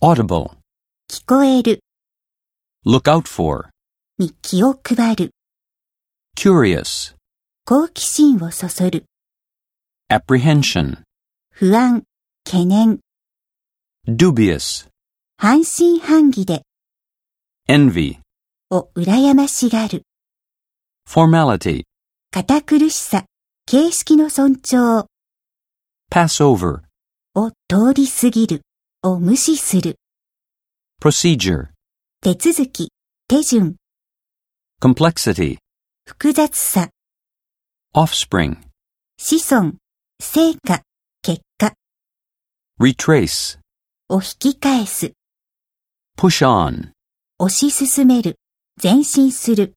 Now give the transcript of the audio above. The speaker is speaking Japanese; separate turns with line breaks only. audible,
聞こえる
look out for,
に気を配る。
curious,
好奇心をそそる。
apprehension,
不安、懸念、
dubious,
半信半疑で、
envy,
を羨ましがる。
formality,
堅苦しさ、形式の尊重
pass over,
を通り過ぎる。を無視する。
procedure,
手続き、手順、
complexity,
複雑さ、
offspring,
子孫、成果、結果、
retrace,
を引き返す。
push on.
推し進める、前進する。